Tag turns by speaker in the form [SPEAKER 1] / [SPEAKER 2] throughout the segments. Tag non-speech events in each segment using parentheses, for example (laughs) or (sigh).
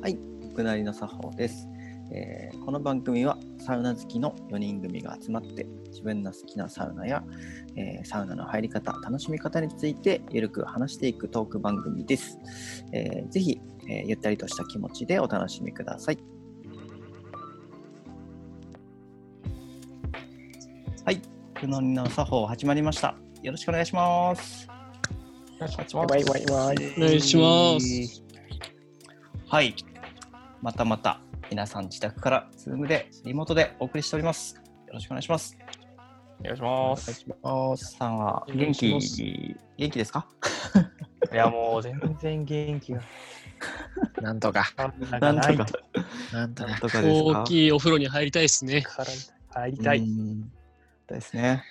[SPEAKER 1] はい、僕なりの作法です、えーこの番組はサウナ好きの4人組が集まって自分の好きなサウナや、えーサウナの入り方、楽しみ方についてゆるく話していくトーク番組です。えーぜひ、えーゆったりとした気持ちでお楽しみください。はい、僕なりの作法始まりました。よろしくお願いします。
[SPEAKER 2] お願いします
[SPEAKER 3] わいわいわい。
[SPEAKER 2] お願いします。
[SPEAKER 1] はい。またまた皆さん自宅からズームでリモートでお送りしております。よろしくお願いします。
[SPEAKER 2] お願いします。
[SPEAKER 1] 皆さんは
[SPEAKER 2] お願
[SPEAKER 1] 元
[SPEAKER 2] いし
[SPEAKER 1] 気
[SPEAKER 2] ます
[SPEAKER 1] 元気ですか？
[SPEAKER 2] いや、もう全然元気が。
[SPEAKER 3] なんとか、
[SPEAKER 1] なんと
[SPEAKER 2] な
[SPEAKER 1] か
[SPEAKER 2] い
[SPEAKER 3] なんと
[SPEAKER 1] な
[SPEAKER 3] か
[SPEAKER 1] ん。とかですか
[SPEAKER 4] 大？きいお風呂に入りたいですね。
[SPEAKER 2] から入りたい。
[SPEAKER 1] う
[SPEAKER 2] い
[SPEAKER 1] んですね。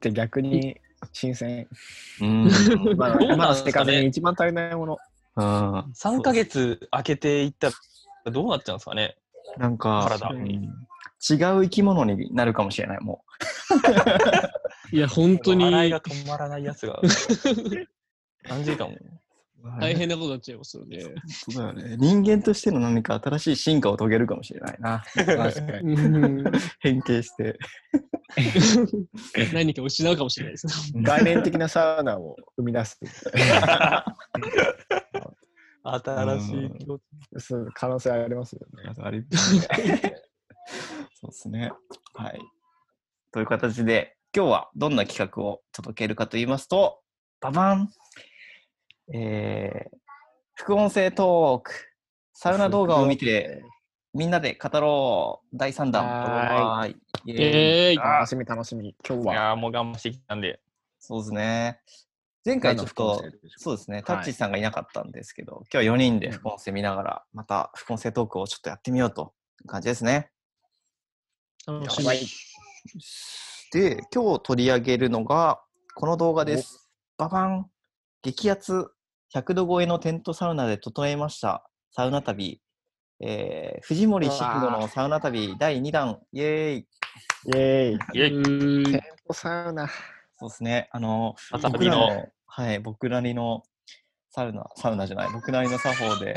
[SPEAKER 3] で逆に新鮮。
[SPEAKER 1] うん。
[SPEAKER 3] まあ
[SPEAKER 4] どうなん
[SPEAKER 3] 今の
[SPEAKER 4] すかね
[SPEAKER 3] 生活に一番足りないもの。
[SPEAKER 1] うん
[SPEAKER 2] 3ヶ月空けていったらどうなっちゃうんですかね。
[SPEAKER 1] なんか
[SPEAKER 2] 体
[SPEAKER 1] うん違う生き物になるかもしれないも
[SPEAKER 4] いや、本当に
[SPEAKER 2] 笑いが止まらないやつ (laughs) が。何時間も。
[SPEAKER 1] う。
[SPEAKER 4] 大変なことになっちゃいますよね。
[SPEAKER 1] そうだよね。人間としての何か新しい進化を遂げるかもしれない (laughs) な。
[SPEAKER 3] 確かに。
[SPEAKER 4] うん
[SPEAKER 1] 変形して。
[SPEAKER 4] (laughs) 何か失うかもしれないですね。
[SPEAKER 3] 概念的なサウナを生み出す。
[SPEAKER 2] 新しい気持ち。
[SPEAKER 3] そう可能性ありますよね。
[SPEAKER 1] ありそうですね。はい。という形で、今日はどんな企画を届けるかと言いますと、ババンえー、副音声トーク、サウナ動画を見て、みんなで語ろう、第3弾。
[SPEAKER 3] は
[SPEAKER 1] ーい。イエーイ
[SPEAKER 4] えーい、
[SPEAKER 3] 楽しみ楽しみ。今日
[SPEAKER 2] い
[SPEAKER 3] は。
[SPEAKER 2] やー、もう我慢してきたんで。
[SPEAKER 1] そうですね。前回ちょっと、そうですね、タッチさんがいなかったんですけど、今日は4人で副音声見ながら、また副音声トークをちょっとやってみようという感じですね。
[SPEAKER 4] 楽し
[SPEAKER 3] や
[SPEAKER 4] み
[SPEAKER 3] ば。い。
[SPEAKER 1] で、今日取り上げるのが、この動画です。ババン激アツ100度超えのテントサウナで整えましたサウナ旅。えー、藤森慎吾のサウナ旅第2弾。イエーイ
[SPEAKER 3] イェーイ。
[SPEAKER 2] イェイ。
[SPEAKER 4] うーん
[SPEAKER 3] サウナ。
[SPEAKER 1] そうですね。あの、
[SPEAKER 2] また
[SPEAKER 1] 僕
[SPEAKER 2] 旅
[SPEAKER 1] ら
[SPEAKER 2] の。
[SPEAKER 1] の、はい、僕なりのサウナ、サウナじゃない、僕なりの作法で、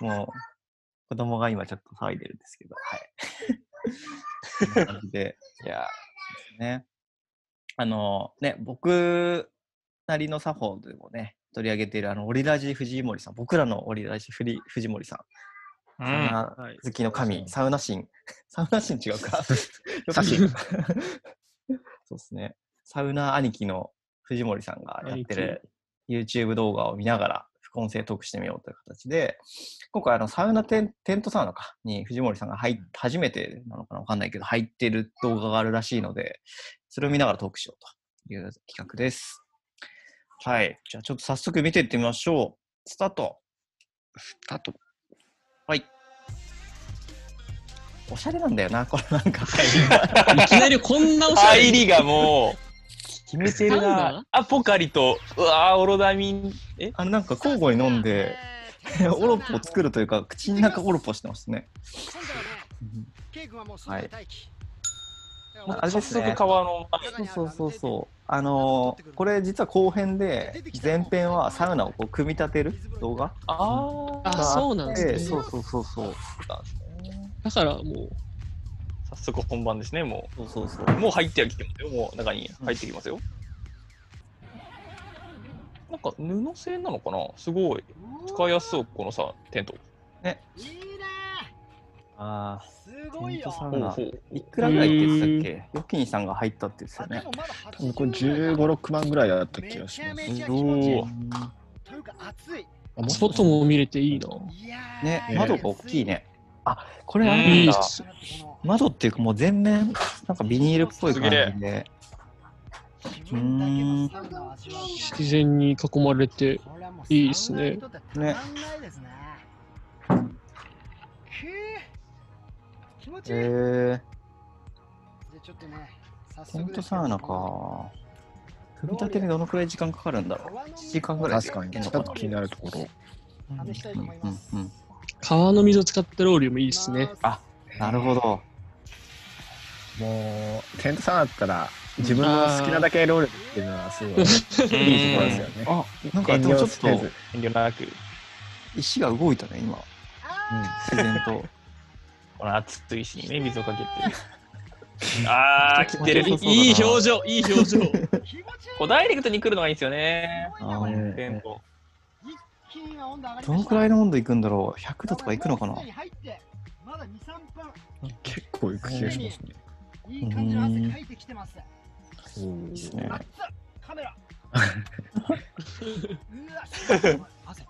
[SPEAKER 1] もう、子供が今ちょっと騒いでるんですけど、はい。こんな感じで、
[SPEAKER 2] いや
[SPEAKER 1] ね。あのね、僕なりの作法でもね、取り上げているあのオリラジ藤森さん、僕らのオリラジフリ藤森さん、サウ
[SPEAKER 2] ー。
[SPEAKER 1] ナ好きの神、サウナ神、サウナ神違うか、
[SPEAKER 3] サシ
[SPEAKER 1] (laughs) そうですね、サウナ兄貴の藤森さんがやって
[SPEAKER 4] 兄
[SPEAKER 1] る YouTube 動画を見ながら、副音声トークしてみようという形で、今回あのサウナテンテントサウナかに藤森さんが入っ初めてなのかなわかんないけど入ってる動画があるらしいのでそれを見ながらトークしようという企画ですはいじゃあちょっと早速見ていってみましょうスタート
[SPEAKER 3] スタート。
[SPEAKER 1] はいおしゃれなんだよなこれなんか
[SPEAKER 4] いきなりこんなおしゃれ
[SPEAKER 2] 入りがもう、決めてる
[SPEAKER 4] サウ
[SPEAKER 2] な
[SPEAKER 4] ナ。
[SPEAKER 2] アポカリと、うわー、オロダミン。え
[SPEAKER 1] あのなんか交互に飲んでオロポを作るというか口の中オロポしてますね
[SPEAKER 5] 今度はね、ケイ君はもうすぐ待機。
[SPEAKER 1] まあ
[SPEAKER 5] あ
[SPEAKER 1] れ
[SPEAKER 5] れ
[SPEAKER 1] で
[SPEAKER 5] ですす
[SPEAKER 1] ね
[SPEAKER 5] ね。
[SPEAKER 2] 早速川の前。
[SPEAKER 1] そうそうそうそうあのーこれ実は後編で前編はサウナをこう組み立てる動画
[SPEAKER 2] あー。
[SPEAKER 4] あ、そうなん
[SPEAKER 1] で
[SPEAKER 4] です
[SPEAKER 1] そ
[SPEAKER 4] ね
[SPEAKER 1] う。そうそうそう
[SPEAKER 4] だからも
[SPEAKER 2] 早速本番ですね、も
[SPEAKER 1] そ
[SPEAKER 2] う。
[SPEAKER 1] うそうそう
[SPEAKER 2] もう入ってはきてますよ。もう中に入ってきますよ。なんか布製なのかなすごい。使いやすそう、このさ、テント。
[SPEAKER 5] いいね
[SPEAKER 1] ああ
[SPEAKER 5] すごいよ。
[SPEAKER 1] テントサウ
[SPEAKER 2] ほう
[SPEAKER 1] ナ
[SPEAKER 2] ほう。
[SPEAKER 1] いくらぐらいって言ってたっけヨキニさんが入ったって言ってた
[SPEAKER 5] あ
[SPEAKER 1] よ
[SPEAKER 5] で
[SPEAKER 1] ね
[SPEAKER 5] もまだ
[SPEAKER 3] 向こう
[SPEAKER 5] 80
[SPEAKER 3] 15、
[SPEAKER 5] ぐらい
[SPEAKER 3] 6万ぐらいだった気がしま
[SPEAKER 5] め
[SPEAKER 3] す。
[SPEAKER 5] ちゃめちゃ気持ちいい。
[SPEAKER 2] お
[SPEAKER 5] というか暑い。
[SPEAKER 4] う、外も見れていいな。
[SPEAKER 5] いやー
[SPEAKER 1] ね
[SPEAKER 5] いや
[SPEAKER 1] 窓が大きいねあこれ
[SPEAKER 2] うん
[SPEAKER 1] あ
[SPEAKER 4] い
[SPEAKER 1] れ
[SPEAKER 4] い
[SPEAKER 1] な
[SPEAKER 4] で
[SPEAKER 1] んだ
[SPEAKER 4] す。
[SPEAKER 1] 窓っていうかもう全面なんかビニールっぽい感じ
[SPEAKER 2] す
[SPEAKER 1] で
[SPEAKER 5] 気分だけのサウナを味わう
[SPEAKER 4] 自然に囲まれて、
[SPEAKER 5] これはもう
[SPEAKER 4] いいっすね
[SPEAKER 5] サウナにとってはたまんないですね。くー気持ちいい。で
[SPEAKER 1] へえ
[SPEAKER 5] ちょっとね、早
[SPEAKER 1] テン
[SPEAKER 5] 速ですけ
[SPEAKER 1] ト
[SPEAKER 5] ど
[SPEAKER 1] サウナか組み立てにどのくらい時間かかるんだろう1時間ぐらいで
[SPEAKER 3] 確かに、ちょっと気になるところ。
[SPEAKER 5] 試したいと思います。
[SPEAKER 1] うんうん
[SPEAKER 4] 川の水を使ったロウリュもいいですね。
[SPEAKER 1] あなるほど
[SPEAKER 3] もう、テントサウナだったら、自分の好きなだけロールっていうのは (laughs) すごいいいところですよね。
[SPEAKER 1] あ、なんかでもちょっと
[SPEAKER 3] 遠慮せず
[SPEAKER 2] 遠慮なく、
[SPEAKER 1] 石が動いたね、今。自然と。
[SPEAKER 2] この熱い石にね、水をかけて。あー、来てる。
[SPEAKER 1] そうだない
[SPEAKER 4] い表情、いい表情。
[SPEAKER 2] こうダイレクトに来るのがいいんですよね。
[SPEAKER 1] (laughs) あ
[SPEAKER 5] う
[SPEAKER 1] ー
[SPEAKER 5] ん
[SPEAKER 1] もう
[SPEAKER 2] テンポ。
[SPEAKER 1] どのくらいの温度いくんだろう ?100 度とかいくのかな
[SPEAKER 5] まだ2、3分。
[SPEAKER 3] 結構いく気がしますね。
[SPEAKER 5] いい感じの汗かいてきてます。
[SPEAKER 3] うん
[SPEAKER 1] ですね
[SPEAKER 5] あっつカ
[SPEAKER 1] (laughs)
[SPEAKER 5] メラ。うわ、すごい汗。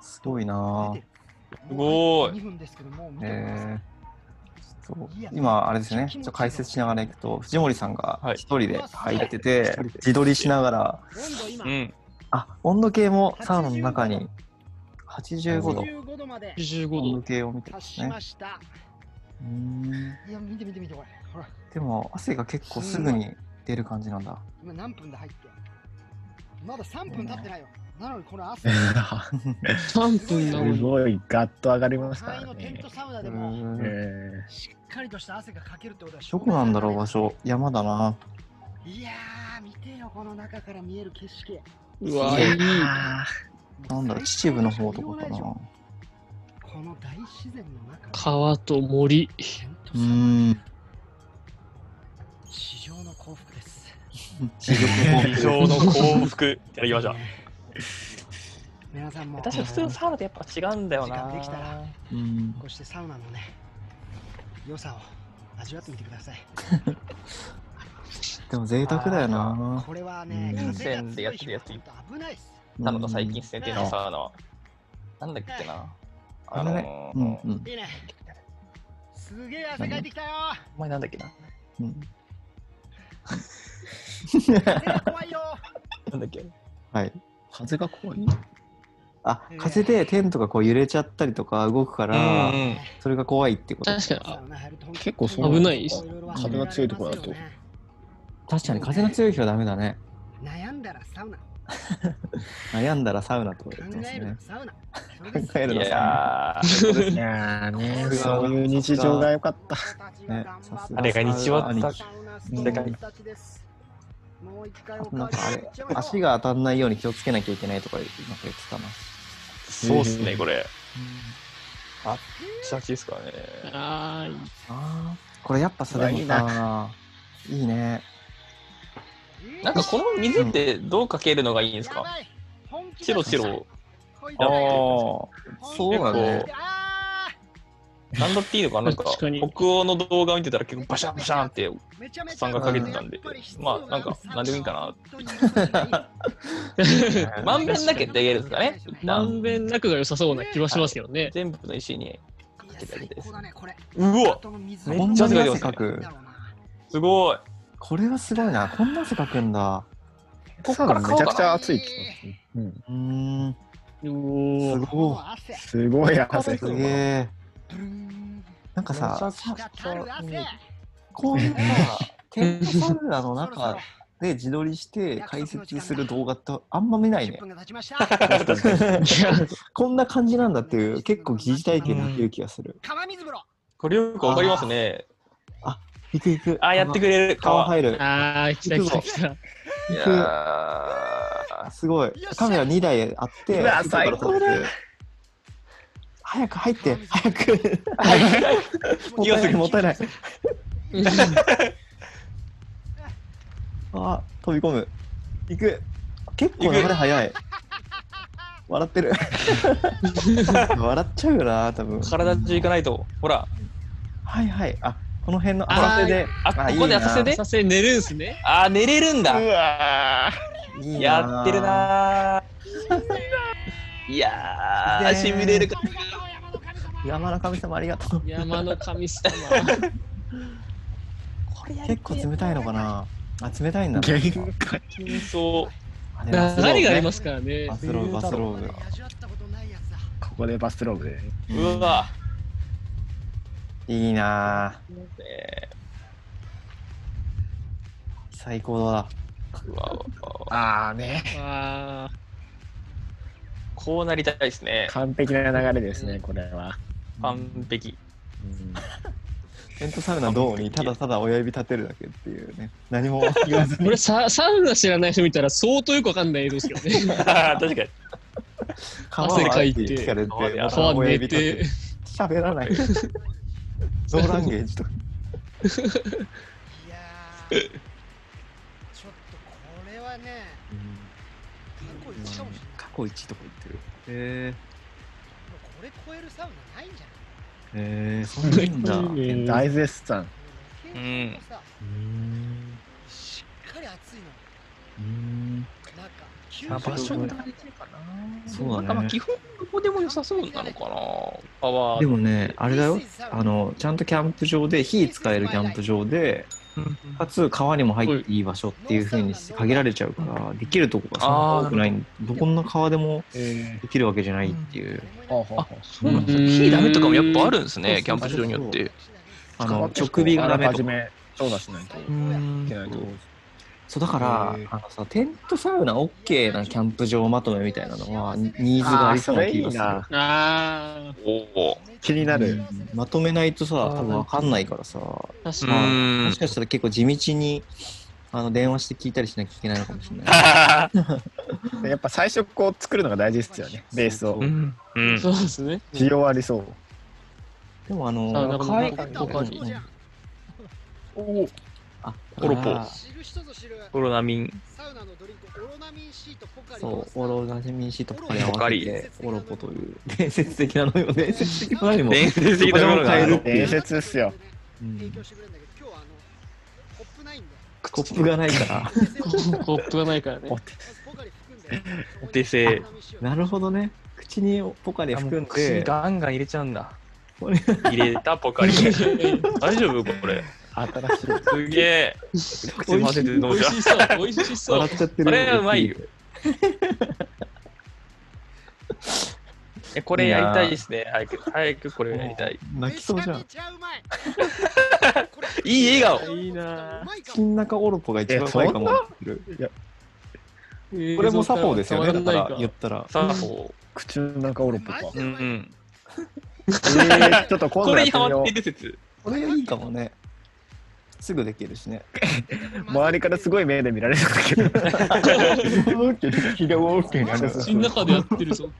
[SPEAKER 1] すごいなぁ。
[SPEAKER 2] すごい
[SPEAKER 5] 2分ですけど、もう見てください
[SPEAKER 1] えーちょっと今、あれですね、ちょっと解説しながらいくと、藤森さんが
[SPEAKER 2] はい
[SPEAKER 1] 一人で入ってて、自撮りしながら、
[SPEAKER 5] 温度今
[SPEAKER 2] う、ん。
[SPEAKER 1] あ、温度計もサウナの中に85度、
[SPEAKER 5] 15度まで
[SPEAKER 4] 85
[SPEAKER 1] 温度
[SPEAKER 4] 度。
[SPEAKER 1] 計を見てま
[SPEAKER 5] 達
[SPEAKER 1] す
[SPEAKER 5] し
[SPEAKER 1] ね
[SPEAKER 5] ま。した。
[SPEAKER 1] うーん
[SPEAKER 5] いや、見て見て見て、これ。ほら、
[SPEAKER 1] でも、汗が結構すぐに出る感じなんだ。
[SPEAKER 5] 今何分で入って。まだ3分経ってないよ。なのにこの汗。
[SPEAKER 3] す
[SPEAKER 4] 3分なのに。
[SPEAKER 3] ごいガッと上がりました
[SPEAKER 5] 簡易
[SPEAKER 3] か
[SPEAKER 5] の
[SPEAKER 3] ら
[SPEAKER 5] テン
[SPEAKER 3] ね
[SPEAKER 5] ト。サウナ
[SPEAKER 1] う
[SPEAKER 5] で
[SPEAKER 1] ー
[SPEAKER 5] も、
[SPEAKER 1] ん
[SPEAKER 3] え
[SPEAKER 5] しっかりとした汗がかけるってことは
[SPEAKER 1] どこなんだろう、場所。山だな。
[SPEAKER 5] いやー、見てよ、この中から見える景色。
[SPEAKER 4] う
[SPEAKER 3] ー
[SPEAKER 4] わ、
[SPEAKER 3] い
[SPEAKER 4] い
[SPEAKER 3] や
[SPEAKER 4] い。
[SPEAKER 1] なんだろう、秩父の方とかかな。
[SPEAKER 5] この大自然の中
[SPEAKER 4] 川と森。
[SPEAKER 5] テント
[SPEAKER 1] う
[SPEAKER 5] サウ
[SPEAKER 1] ーん。
[SPEAKER 5] ナ地上の幸福です。
[SPEAKER 1] 地上
[SPEAKER 2] 理想の幸福。いただきました。
[SPEAKER 5] 皆さんも、
[SPEAKER 2] 確かに普通のサウナとやっぱ違うんだよ
[SPEAKER 5] 時
[SPEAKER 2] な。
[SPEAKER 5] 間できたら
[SPEAKER 1] (laughs) うん。
[SPEAKER 5] こうしてサウナのね、良さを味わってみてください。
[SPEAKER 1] でも贅沢だよな。
[SPEAKER 5] これはね、
[SPEAKER 1] うん
[SPEAKER 5] 風が強い
[SPEAKER 2] 温泉
[SPEAKER 5] 日
[SPEAKER 2] で
[SPEAKER 5] は
[SPEAKER 2] やって
[SPEAKER 5] ほん
[SPEAKER 2] る
[SPEAKER 5] と危ないっす。
[SPEAKER 2] なのが最近ですね、
[SPEAKER 5] うん
[SPEAKER 2] テントサウナは。なんだっけな。あの
[SPEAKER 1] う
[SPEAKER 2] ー、
[SPEAKER 1] んう
[SPEAKER 2] お
[SPEAKER 1] ん
[SPEAKER 5] いいね。すげえ汗かいてきたよ。
[SPEAKER 2] 前なんだっけな。
[SPEAKER 1] うん。 (laughs)
[SPEAKER 5] 風が怖いよ。
[SPEAKER 2] なんだっけ。
[SPEAKER 1] はい。
[SPEAKER 3] 風が怖い。
[SPEAKER 1] あ、風でテントがこう揺れちゃったりとか動くから、
[SPEAKER 2] うんうん
[SPEAKER 1] それが怖いってこと。
[SPEAKER 4] 確かに、あ
[SPEAKER 5] サウナ入ると本当に
[SPEAKER 3] 結構そう
[SPEAKER 4] 危ないっす
[SPEAKER 5] ろろ
[SPEAKER 3] 風が強いところだと
[SPEAKER 5] 忘れられます
[SPEAKER 1] 確かに風の強い日はダメだね。
[SPEAKER 5] よね悩んだらサウナ、考
[SPEAKER 1] 悩んだらサウナとか言ってます
[SPEAKER 5] える
[SPEAKER 1] ね
[SPEAKER 5] ら。サウナ。
[SPEAKER 1] 考える
[SPEAKER 2] い
[SPEAKER 1] の
[SPEAKER 2] やー、そうです
[SPEAKER 3] い
[SPEAKER 2] ね。
[SPEAKER 3] やー
[SPEAKER 5] これ
[SPEAKER 3] ね、
[SPEAKER 5] は
[SPEAKER 3] そういう日常が良かった。
[SPEAKER 1] ねさすが
[SPEAKER 2] あれが日曜だった
[SPEAKER 5] サウナス
[SPEAKER 1] うん
[SPEAKER 5] トーンたちです。もう一回おか
[SPEAKER 1] なん
[SPEAKER 5] わり
[SPEAKER 1] かあ
[SPEAKER 5] し
[SPEAKER 1] れ
[SPEAKER 5] ちゃおう、
[SPEAKER 1] 足が当たんないように気をつけなきゃいけないとか言ってなんか言ってたな。
[SPEAKER 2] そうっすね、これ。
[SPEAKER 5] え
[SPEAKER 2] 下地ですからね。
[SPEAKER 4] あーいい。
[SPEAKER 1] あーこれやっぱさ、でも
[SPEAKER 3] いい
[SPEAKER 1] さ、いいね。
[SPEAKER 5] ー
[SPEAKER 2] なんかこの水ってどうかけるのがいいんです
[SPEAKER 5] や
[SPEAKER 2] か
[SPEAKER 5] ばい本気だ
[SPEAKER 2] チロチロ。
[SPEAKER 5] こいつ
[SPEAKER 2] あ
[SPEAKER 5] ら
[SPEAKER 2] あ、
[SPEAKER 1] そうだね。
[SPEAKER 5] あ
[SPEAKER 2] なんだっていいのかななんか、
[SPEAKER 4] 確かに
[SPEAKER 2] 北欧の動画を見てたら結構バシャンバシャンって
[SPEAKER 5] ーめちゃめちゃ
[SPEAKER 2] さんがかけてたんで
[SPEAKER 5] やっぱり必、要
[SPEAKER 2] まあなんか、なんでもいいかな。
[SPEAKER 5] 本当に
[SPEAKER 2] まんべんなきゃって言えるんですかね。
[SPEAKER 4] まんべんなくが良さそうな気はしますけどね。
[SPEAKER 2] 全部の石に。
[SPEAKER 5] いや最高だねこれ
[SPEAKER 2] うわ
[SPEAKER 5] 後の水
[SPEAKER 1] め
[SPEAKER 2] っちゃ汗かいてますね
[SPEAKER 1] かく。
[SPEAKER 2] すごい。
[SPEAKER 1] これはすごいな。こんな汗かくんだ。
[SPEAKER 2] こっ
[SPEAKER 3] サ
[SPEAKER 2] か
[SPEAKER 3] ウ
[SPEAKER 2] ら
[SPEAKER 3] ナめち
[SPEAKER 2] 顔
[SPEAKER 3] ゃくち
[SPEAKER 2] が
[SPEAKER 3] ゃ暑い気がする。うん、
[SPEAKER 1] うーん。
[SPEAKER 4] う
[SPEAKER 1] す
[SPEAKER 4] おー
[SPEAKER 1] ごい。
[SPEAKER 5] 汗
[SPEAKER 3] すごい汗。
[SPEAKER 1] すげえ。
[SPEAKER 5] ブルーン
[SPEAKER 1] なんかさ、
[SPEAKER 5] 滴る汗
[SPEAKER 1] こういうさ、テントサウナの中で自撮りして解説する動画ってあんま見ない
[SPEAKER 5] 10
[SPEAKER 1] ね。
[SPEAKER 5] 分が経ちました
[SPEAKER 4] いや、
[SPEAKER 1] こんな感じなんだっていう、 (laughs) 結構疑似体験できる気がする。
[SPEAKER 5] 川水風呂
[SPEAKER 2] これよくわかりますね。
[SPEAKER 1] 行く行く。
[SPEAKER 2] あ、やってくれる。
[SPEAKER 1] 川
[SPEAKER 2] か
[SPEAKER 1] 入る。
[SPEAKER 4] あー、来た来た来た。
[SPEAKER 2] いやー
[SPEAKER 1] すごい。カメラ2台あって、
[SPEAKER 3] うわ
[SPEAKER 1] 外から撮って
[SPEAKER 3] 最高だ
[SPEAKER 1] 早く入って、早く。もったいない、もったいない。あー、飛び込む。行く。結構流れ早い。笑って (laughs) る。笑っちゃうよな、多分。
[SPEAKER 2] 体中いかないと。ほら。
[SPEAKER 1] はいはい。あ、この辺の
[SPEAKER 4] あー
[SPEAKER 1] 浅瀬で。
[SPEAKER 2] あ、ここで浅瀬で
[SPEAKER 4] させ寝るんすね。
[SPEAKER 2] あー、寝れるんだ。
[SPEAKER 3] わ
[SPEAKER 1] いいな
[SPEAKER 2] やってる。なー。いやー、しびれるか。
[SPEAKER 1] 山の神様ありがとう。
[SPEAKER 4] 山の神様。
[SPEAKER 1] 結構冷たいのかな。あ、冷たいんだ
[SPEAKER 3] ー
[SPEAKER 1] な。
[SPEAKER 3] 限界。
[SPEAKER 2] 緊張。
[SPEAKER 1] あでもバスローブね
[SPEAKER 4] 流れがありますからね
[SPEAKER 1] バ。スローブ、バスローブ。
[SPEAKER 3] ここでバスローブで。
[SPEAKER 2] うわ。
[SPEAKER 1] いいなぁ
[SPEAKER 2] ね
[SPEAKER 1] 最高だ。
[SPEAKER 2] うわうわ
[SPEAKER 3] ああね。
[SPEAKER 4] あ
[SPEAKER 2] こうなりたいですね。
[SPEAKER 3] 完璧な流れですね、これは。
[SPEAKER 2] 完璧。
[SPEAKER 3] うんテントサウナどうにただただ親指立てるだけっていうね、何
[SPEAKER 1] (laughs)
[SPEAKER 3] も言わずに
[SPEAKER 4] これサ、サウナ知らない人見たら相当よくわかんない映像ですけ
[SPEAKER 2] (laughs)
[SPEAKER 4] どね。
[SPEAKER 2] 確かに。
[SPEAKER 4] 汗かいて
[SPEAKER 3] 聞かれて、
[SPEAKER 2] 川で
[SPEAKER 3] また
[SPEAKER 4] 川
[SPEAKER 3] 親
[SPEAKER 4] 寝
[SPEAKER 3] 指立て
[SPEAKER 4] て
[SPEAKER 3] る。喋
[SPEAKER 1] (laughs)
[SPEAKER 3] らない。ノーランゲージとか。
[SPEAKER 5] いやーちょっとこれはね、過去一かもしれない。
[SPEAKER 1] 過去一とか言ってる。へ
[SPEAKER 5] これ超えるサウナないんじゃない
[SPEAKER 1] え。へえ、そんなんだ。
[SPEAKER 4] いいね
[SPEAKER 3] 大絶賛。
[SPEAKER 5] ロケーションもさ、
[SPEAKER 1] うん。
[SPEAKER 5] しっかり暑いの。
[SPEAKER 1] うん。
[SPEAKER 5] なんか、
[SPEAKER 1] まあ場所
[SPEAKER 5] も
[SPEAKER 1] も
[SPEAKER 5] だ
[SPEAKER 1] 大
[SPEAKER 5] けかな。
[SPEAKER 1] そうだね
[SPEAKER 2] なんかまあ基本どこでも良さそうなのかな。パワー。
[SPEAKER 1] でもね、あれだよ
[SPEAKER 5] This。is
[SPEAKER 1] あの、ちゃんとキャンプ場で、火使えるキャンプ場で、かつ川にも入っていい場所っていう風にして限られちゃうから、できるとこがそんな多くない。どこんな川でも
[SPEAKER 4] え
[SPEAKER 1] できるわけじゃないっていう。
[SPEAKER 3] あ
[SPEAKER 2] そうなんですね火ダメとかもやっぱあるんですね、キャンプ場によって。
[SPEAKER 1] あの、直尾がダメとか。
[SPEAKER 3] め、調査しないといけないところです。
[SPEAKER 1] そうだから
[SPEAKER 3] へー、
[SPEAKER 1] あのさ、テントサウナ OK なキャンプ場まとめみたいなのは、ニーズがありそうな気がす
[SPEAKER 3] あーそれいい
[SPEAKER 1] る
[SPEAKER 3] な。
[SPEAKER 4] あ
[SPEAKER 2] おお。
[SPEAKER 3] 気になる。
[SPEAKER 1] まとめないとさ、
[SPEAKER 3] あー
[SPEAKER 1] 多分わかんないからさ、
[SPEAKER 4] ー、確
[SPEAKER 2] う
[SPEAKER 4] かに。
[SPEAKER 2] ー
[SPEAKER 1] も
[SPEAKER 2] ん
[SPEAKER 1] し。かしたら結構地道に、あの、電話して聞いたりしなきゃいけないのかもしれ
[SPEAKER 2] (laughs)
[SPEAKER 1] ない。
[SPEAKER 3] やっぱ最初こう作るのが大事ですよね、ベースを
[SPEAKER 2] (laughs) う。ん。うん
[SPEAKER 4] そうですね。
[SPEAKER 3] 需要ありそう。
[SPEAKER 1] でもあ
[SPEAKER 4] サウナ
[SPEAKER 1] の、
[SPEAKER 4] も
[SPEAKER 1] 海
[SPEAKER 4] な
[SPEAKER 1] 外
[SPEAKER 4] ん
[SPEAKER 1] と
[SPEAKER 4] か
[SPEAKER 1] か
[SPEAKER 4] 他
[SPEAKER 1] に
[SPEAKER 4] に。
[SPEAKER 2] おお。
[SPEAKER 1] あ、
[SPEAKER 2] オロポ
[SPEAKER 1] だから
[SPEAKER 5] 知る人ぞ知る
[SPEAKER 2] コロナミン。
[SPEAKER 5] サウナのドリンクオロナミン C とポカリ
[SPEAKER 1] そう、オロナジミンシートとかに合
[SPEAKER 2] ポ
[SPEAKER 1] わ
[SPEAKER 2] カ
[SPEAKER 1] せ
[SPEAKER 2] リ
[SPEAKER 1] て、オロポという伝説的なのよ。伝説的
[SPEAKER 2] (laughs)
[SPEAKER 1] なのにも。
[SPEAKER 2] 伝説的なものがあ
[SPEAKER 1] ど
[SPEAKER 2] る
[SPEAKER 1] こ。でも買える
[SPEAKER 3] 伝説っすよ。
[SPEAKER 1] うん
[SPEAKER 5] 影響してくれるんだけど今日はあのコップないんで
[SPEAKER 1] コップがない
[SPEAKER 5] (laughs)
[SPEAKER 1] から。
[SPEAKER 4] コップがないからね。
[SPEAKER 5] ポカリ含んで
[SPEAKER 2] お手製
[SPEAKER 1] なるほどね。口にポカリ含んで、
[SPEAKER 2] ガンガン入れちゃうんだ
[SPEAKER 1] これ。
[SPEAKER 2] 入れたポ
[SPEAKER 4] (laughs)
[SPEAKER 2] カリ。大丈夫これ。
[SPEAKER 3] 新しい。
[SPEAKER 2] すげえ。すいませんって飲
[SPEAKER 4] 美
[SPEAKER 2] ん
[SPEAKER 4] 味
[SPEAKER 2] じゃ
[SPEAKER 4] しそう、美味しそう。
[SPEAKER 1] 笑っちゃってる。
[SPEAKER 2] う。これはうまいよ。。えこれやりたいですね。早く、早くこれやりたい。
[SPEAKER 1] 泣きそうじゃん
[SPEAKER 5] め。ちゃめちゃうまい
[SPEAKER 2] いい笑顔
[SPEAKER 5] いいな
[SPEAKER 1] 金中オロポが一番うまいかも。
[SPEAKER 3] いや、
[SPEAKER 1] これも作法ですよね。だ
[SPEAKER 4] た
[SPEAKER 1] から言ったら。
[SPEAKER 2] さあ、こ
[SPEAKER 3] 口の中オロポか。
[SPEAKER 2] う。うんうん。
[SPEAKER 3] (laughs) えー、ちょっと今
[SPEAKER 2] こ
[SPEAKER 3] 度
[SPEAKER 2] れに
[SPEAKER 3] やってみ
[SPEAKER 2] ハマ
[SPEAKER 3] よ
[SPEAKER 2] ってる説。
[SPEAKER 4] (laughs)
[SPEAKER 1] これいいかもね。すぐできるしね。
[SPEAKER 3] う。周りからすごい目で見られるんだけど。気が大きくなる。
[SPEAKER 4] 口の中でやってるぞ。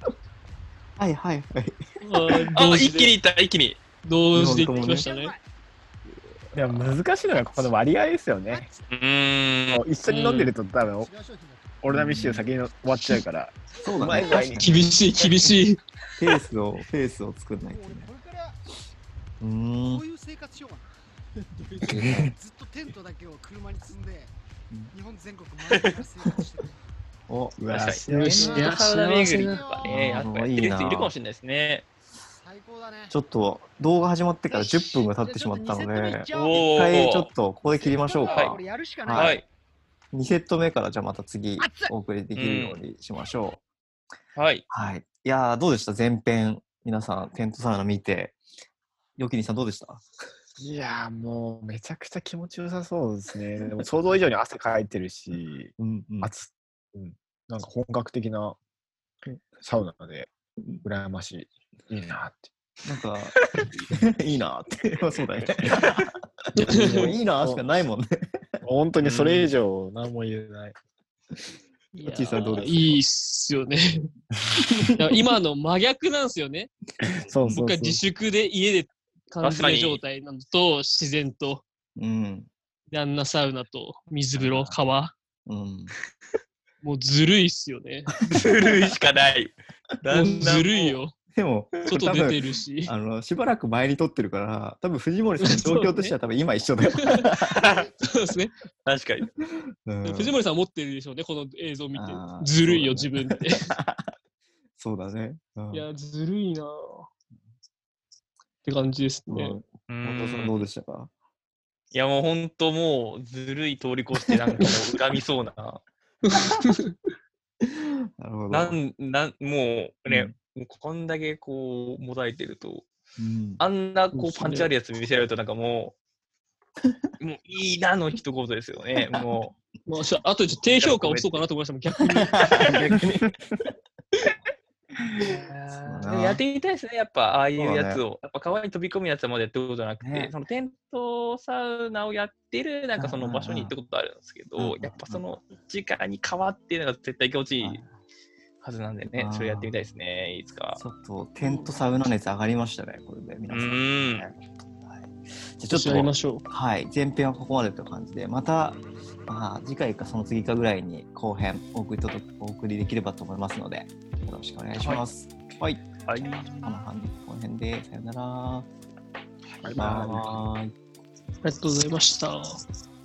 [SPEAKER 1] はいはいはい。
[SPEAKER 2] あ、
[SPEAKER 4] あ
[SPEAKER 2] 一気に。いった、一気に。
[SPEAKER 4] 同時で行きましたね。
[SPEAKER 3] いや、難しいのがこの割合ですよね。
[SPEAKER 2] うーん。
[SPEAKER 3] 一緒に飲んでると多分、オルナミッシュ先に終わっちゃうから。
[SPEAKER 1] そうだ
[SPEAKER 3] うまい
[SPEAKER 1] ね。
[SPEAKER 3] 具合に
[SPEAKER 4] 厳しい、厳しい。
[SPEAKER 1] ペースを、ペースを作んない
[SPEAKER 5] 俺
[SPEAKER 1] とね。
[SPEAKER 5] これから
[SPEAKER 1] うー
[SPEAKER 5] こ
[SPEAKER 1] ん
[SPEAKER 5] う。いう生活しようかなずっとテントだけを車に積んで
[SPEAKER 1] うん、
[SPEAKER 5] 日本全国回って生活してる。
[SPEAKER 1] お、う
[SPEAKER 2] 確
[SPEAKER 1] わ
[SPEAKER 2] か
[SPEAKER 1] ち
[SPEAKER 2] に。
[SPEAKER 4] よ
[SPEAKER 2] ち
[SPEAKER 4] し
[SPEAKER 2] ょ、っと
[SPEAKER 4] いや、
[SPEAKER 2] サウナ
[SPEAKER 4] 幸
[SPEAKER 2] 巡
[SPEAKER 4] せ
[SPEAKER 2] りと
[SPEAKER 4] だ。
[SPEAKER 2] かね、やっぱやってる人いるかもしれないですね。
[SPEAKER 5] 最高だね。
[SPEAKER 1] ょっと動画始まってから10分が経ってしまったので、
[SPEAKER 5] じ
[SPEAKER 2] お
[SPEAKER 5] ゃあちょ
[SPEAKER 1] 一回
[SPEAKER 2] お
[SPEAKER 5] っと
[SPEAKER 1] ちょっとここで切りましょう
[SPEAKER 5] はい
[SPEAKER 1] か
[SPEAKER 5] これ。やるしか
[SPEAKER 1] は
[SPEAKER 5] ないい。
[SPEAKER 2] い。
[SPEAKER 1] 2セット目からじゃあまた次
[SPEAKER 5] 熱い
[SPEAKER 1] お送りできるようにしましょう。
[SPEAKER 4] (laughs)
[SPEAKER 2] はい。
[SPEAKER 1] はい。いやー、どうでした前編、皆さん、テントサウナ見て。よきにさん、どうでした
[SPEAKER 3] いやーもうめちゃくちゃ気持ちよさそうですね。でも想像以上に汗かいてるし、
[SPEAKER 1] うんうん
[SPEAKER 3] 暑、うん、なんか本格的なサウナで
[SPEAKER 1] うん、
[SPEAKER 3] 羨ましい。いいなって。
[SPEAKER 1] なんか、いいなーって。 (laughs) そうだよね。もういいなーしかないもんね。
[SPEAKER 3] 本当にそれ以上何も言えない。
[SPEAKER 4] いや
[SPEAKER 1] 小さいどうですか
[SPEAKER 4] いいっすよ
[SPEAKER 3] (laughs)
[SPEAKER 4] ね。いや今の真逆なんですよね。
[SPEAKER 3] そうそう
[SPEAKER 4] 僕
[SPEAKER 3] そ
[SPEAKER 4] は
[SPEAKER 3] う。
[SPEAKER 4] 自粛で家で感染状態なのと、自然と、
[SPEAKER 1] うん。
[SPEAKER 4] であんなサウナと、水風呂、川。
[SPEAKER 1] うん。
[SPEAKER 4] もうずるいっすよね。
[SPEAKER 2] ずるいしかない。
[SPEAKER 4] もうずるい。よ。
[SPEAKER 1] でも、
[SPEAKER 4] 外出てるし。
[SPEAKER 1] あの、しばらく前に撮ってるから、多分藤森さんの状況としては多分今一緒だよ。
[SPEAKER 4] そうですね。
[SPEAKER 2] 確かに。
[SPEAKER 1] うん
[SPEAKER 4] 藤森さん持ってるでしょうね、この映像見て
[SPEAKER 1] あー。
[SPEAKER 4] ずるいよ、
[SPEAKER 1] そ
[SPEAKER 4] 自分って。
[SPEAKER 1] そうだね。うん
[SPEAKER 4] いや、ずるいなぁって感じですね。
[SPEAKER 1] うん
[SPEAKER 2] う
[SPEAKER 1] 松尾さん
[SPEAKER 2] ん
[SPEAKER 1] どうでしたか
[SPEAKER 2] いや、もうほんともう、ずるい通り越して、なんかもう恨みそう
[SPEAKER 1] (laughs)
[SPEAKER 2] な。
[SPEAKER 1] なるほど。
[SPEAKER 2] なん、なん、もう
[SPEAKER 1] う
[SPEAKER 2] ね
[SPEAKER 1] ん、
[SPEAKER 2] もうこんだけこう、もたえてると、
[SPEAKER 1] うん
[SPEAKER 2] あんなこ
[SPEAKER 4] そ
[SPEAKER 2] う
[SPEAKER 4] うっ、すね
[SPEAKER 2] パンチあるやつ見せられると、なんかもう、もういいなの一言です
[SPEAKER 1] (laughs)
[SPEAKER 2] よね。も
[SPEAKER 4] まあ、しゃあとちょっと低評価落ちそうかなと思いましたもん、
[SPEAKER 2] う。
[SPEAKER 4] 逆に。
[SPEAKER 1] そうだな
[SPEAKER 2] でやっていきたいですね、やっぱ、ああいうやつ
[SPEAKER 1] そ
[SPEAKER 2] を。やっぱ川に飛び込むやつはまだやったことなくて、
[SPEAKER 1] ね
[SPEAKER 2] そのテントサウナをやってる、なんかその場所に行ったことあるんですけど、
[SPEAKER 1] うんうんうん
[SPEAKER 2] やっぱその時間に川っていうのが絶対気持ちいい
[SPEAKER 1] はい
[SPEAKER 2] はずなんでね
[SPEAKER 1] あ、ー
[SPEAKER 2] それやってみたいですね、いつか
[SPEAKER 1] ち。ょっとテントサウナ熱上がりましたね、これで皆さん。
[SPEAKER 2] う
[SPEAKER 1] はい
[SPEAKER 2] ん
[SPEAKER 1] じゃあち
[SPEAKER 4] ちょ
[SPEAKER 1] ょ
[SPEAKER 4] やり
[SPEAKER 1] っ
[SPEAKER 4] ま
[SPEAKER 1] と、
[SPEAKER 4] しょう。
[SPEAKER 1] はい、前編はここまでという感じで、また、まあ、次回かその次かぐらいに後編お送りとお送りできればと思いますので、よろしくお願いします。はい、
[SPEAKER 2] はい
[SPEAKER 1] この辺この辺でさよなら。
[SPEAKER 4] あり
[SPEAKER 1] バイバイ。
[SPEAKER 4] がとうございました。